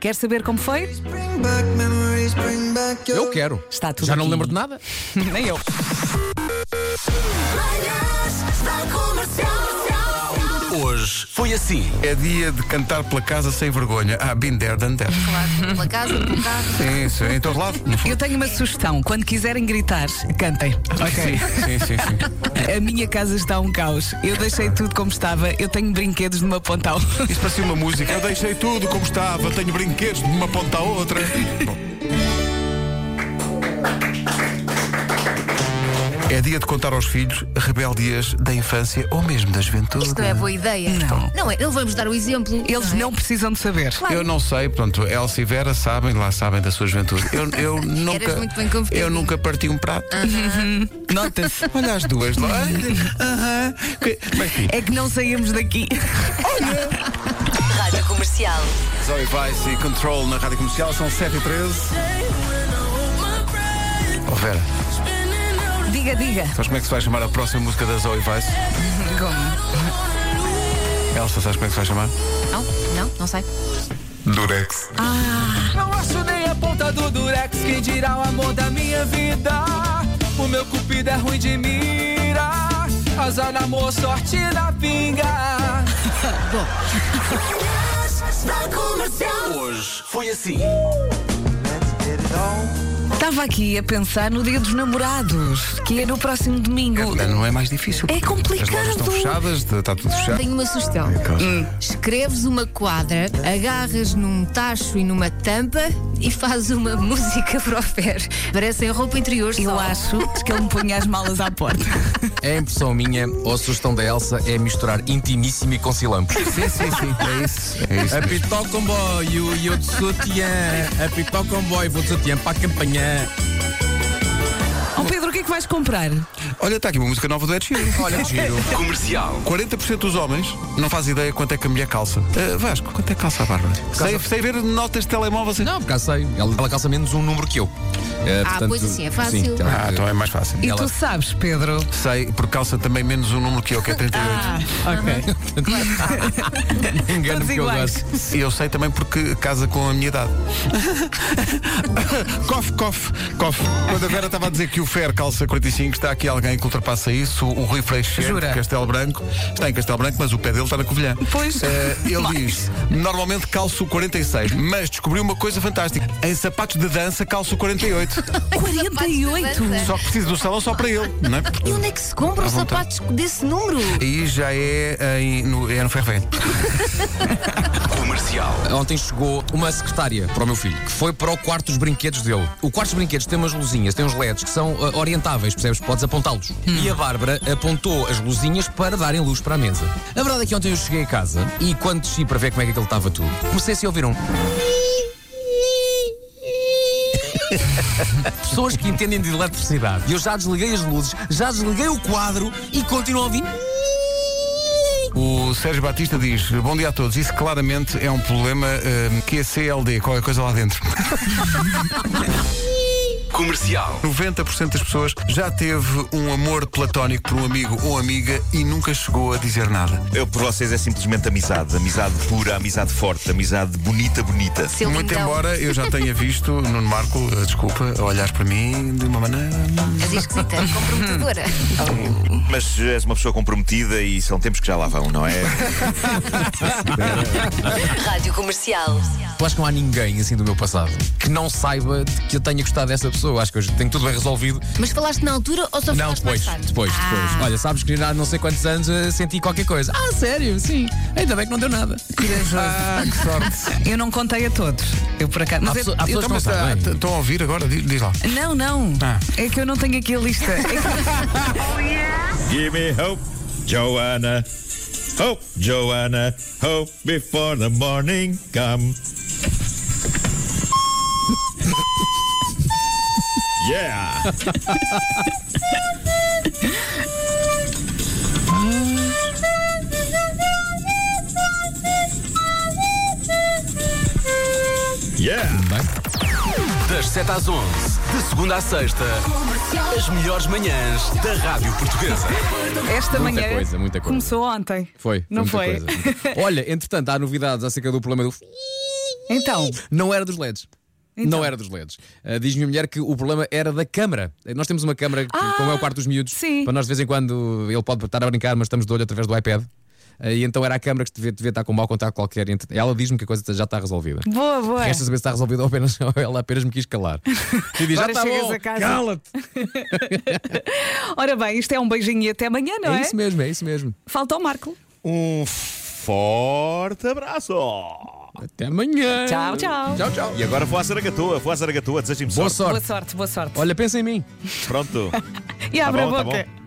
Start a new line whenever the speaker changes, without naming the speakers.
Quer saber como foi?
Bring back memories, bring back your
Eu quero.
Está tudo
Já não
aqui.
lembro de nada.
Nem eu.
Manhãs da Comercial.
Hoje foi assim.
É dia de cantar pela casa sem vergonha. Ah, been there, done that.
Claro, pela casa, pelo carro.
Sim, sim, em todo lado. no fundo.
Eu tenho uma sugestão. Quando quiserem gritar, cantem. Ok.
Sim, sim, sim.
A minha casa está um caos. Eu deixei tudo como estava. Eu tenho brinquedos de uma ponta à outra.
Isso parecia uma música. Eu deixei tudo como estava, tenho brinquedos de uma ponta à outra. Bom. É dia de contar aos filhos rebeldias da infância ou mesmo da juventude.
Isto não é boa ideia.
Não.
é. Não vamos dar o exemplo. é?
Eles não precisam de saber.
Eu não sei, pronto, Elsa e Vera sabem, lá sabem da sua juventude. Eu, eu nunca.
muito bem convidado.
eu nunca parti um prato.
Nota-se.
Olha as duas lá. Aham. Que- Mas sim.
É que não saímos daqui.
Rádio Comercial.
Zoe Vice e Control na Rádio Comercial são 7 e 13 Oh Vera,
Diga, diga.
sabes como é que se vai chamar a próxima música da Zoe Vice?
Como?
Elsa, sabes como é que se vai chamar?
Não, não, não sei.
Durex
Não acho nem a ponta do durex Quem dirá o amor da minha vida O meu cupido é ruim de mira Azar na amor, sorte na pinga
Manhãs da Comercial.
Hoje foi assim.
Estava aqui a pensar no Dia dos Namorados, que é no próximo domingo.
Não é mais difícil
É
As lojas estão
complicado.
fechadas, está tudo fechado
Tenho uma sugestão. Hum. Escreves uma quadra, agarras num tacho e numa tampa e fazes uma música para o pé. Parecem roupa interior só.
Eu acho que ele me punha as malas à porta.
A impressão minha, ou a sugestão da Elsa, é misturar intimíssimo e com cilampos.
Sim, sim, sim, é isso É isso mesmo.
Apita o comboio e eu de sutiã. Apita o comboio, vou de sutiã para a campanha.
Oh Pedro, o que é que vais comprar?
Olha, está aqui uma música nova do Ed Sheeran
Olha, que giro.
Comercial.
40% dos homens não fazem ideia quanto é que a mulher calça Ah, Vasco, quanto é que calça a Bárbara? Sei, sei ver notas de telemóvel assim.
Não, Ah, por acaso sei. Ela, ela calça menos um número que eu. É,
Ah, pois assim, é fácil.
sim, tá. ela-
Ah, então é mais fácil
E
Ela-
tu sabes, Pedro?
Sei, por calça também menos um número que eu, que é 38
Ah.
ok.
Engano-me
Todos
que eu
iguais.
gosto.
E eu sei também porque casa com a minha idade. cof, cof, cof. Quando a Vera estava a dizer que o Fer calça 45, está aqui alguém que ultrapassa isso, o Rui Freixeiro,
Jura?
de Castelo Branco. Está em Castelo Branco, mas o pé dele está na Covilhã.
Pois.
Eh, ele
Mais.
diz, normalmente calço 46, mas descobri uma coisa fantástica. Em sapatos de dança calço 48.
48?
Só que preciso do salão só para ele, não é?
E onde é que se compram os
vontade.
sapatos desse número?
Aí já é, em, no, é no ferro velho.
Comercial.
Ontem chegou uma secretária para o meu filho, que foi para o quarto dos brinquedos dele. O quarto dos brinquedos tem umas luzinhas, tem uns LEDs que são ah, orientáveis, percebes? Podes apontá-los. E a Bárbara apontou as luzinhas para darem luz para a mesa. A verdade é que ontem eu cheguei a casa e quando desci para ver como é que aquilo estava tudo, comecei a ouvir um. Pessoas que entendem de eletricidade. E eu já desliguei as luzes, já desliguei o quadro e continuo a ouvir.
O Sérgio Batista diz: Bom dia a todos. Isso claramente é um problema hum, QCLD, qualquer coisa lá dentro.
Comercial.
90% das pessoas já teve um amor platónico por um amigo ou amiga e nunca chegou a dizer nada.
Eu por vocês é simplesmente amizade, amizade pura, amizade forte, amizade bonita, bonita.
Seu
Muito
lindão.
embora eu já tenha visto, Nuno Marco, eh, desculpa, a olhar para mim de uma maneira.
Mas é esquisita, comprometedora.
Mas és uma pessoa comprometida e são tempos que já lá vão, não é?
Rádio Comercial.
Eu acho que não há ninguém assim do meu passado que não saiba de que eu tenha gostado dessa pessoa. Acho que eu já tenho tudo bem resolvido.
Mas falaste na altura ou só
Não,
Então falaste mais
depois,
tarde?
depois, depois.
Ah.
Olha, sabes que há não sei quantos anos eh, senti qualquer coisa. Ah, sério? Sim. Ainda bem que não deu nada.
Ah, que sorte.
Eu não contei a todos. Eu por acaso.
Há
é Mas
pessoa-
eu-
há
eu
pessoas que não
também-
sabem.
Ah, t- Estão a ouvir agora? Diz, diz lá.
Não, não.
Ah.
É que eu não tenho aqui a lista. É que-
Give me hope, Joanna. Hope, Joanna. Hope before the morning come. Yeah! Yeah!
Das 7 às 11, de segunda à sexta, as melhores manhãs da Rádio Portuguesa.
Esta
Muita
manhã
coisa, muita coisa.
começou ontem.
Foi.
Não
muita
foi?
coisa. Olha, entretanto, há novidades acerca do problema do.
Então,
Não era dos LEDs. Não era dos LEDs. Ah, Diz-me a mulher que o problema era da câmara. Eh, Nós temos uma câmara, que,
Ah,
como é o quarto dos miúdos,
sim.
para nós de vez em quando ele pode estar a brincar, mas estamos de olho através do iPad. Ah, E então era a câmara que devia, devia estar com um mau contato qualquer. Ent- Ela diz-me que a coisa já está resolvida.
boa, boa.
Resta saber se está resolvido ou apenas ou ela apenas me quis calar. E diz, já
Agora
está
chegas
bom,
a casa."
cala-te.
Ora bem, isto é um beijinho e até amanhã, não é?
É isso mesmo, é isso mesmo.
Falta o Marco.
Um forte abraço.
Até amanhã.
Tchau, tchau.
Tchau, tchau.
E agora vou à Saragatoa, vou à Saragatoa, desejem-me
Boa
Boa
sorte.
sorte.
sorte, boa sorte.
Olha, pensa em mim.
Pronto.
e abre
bom,
a
tá
boca.
bom.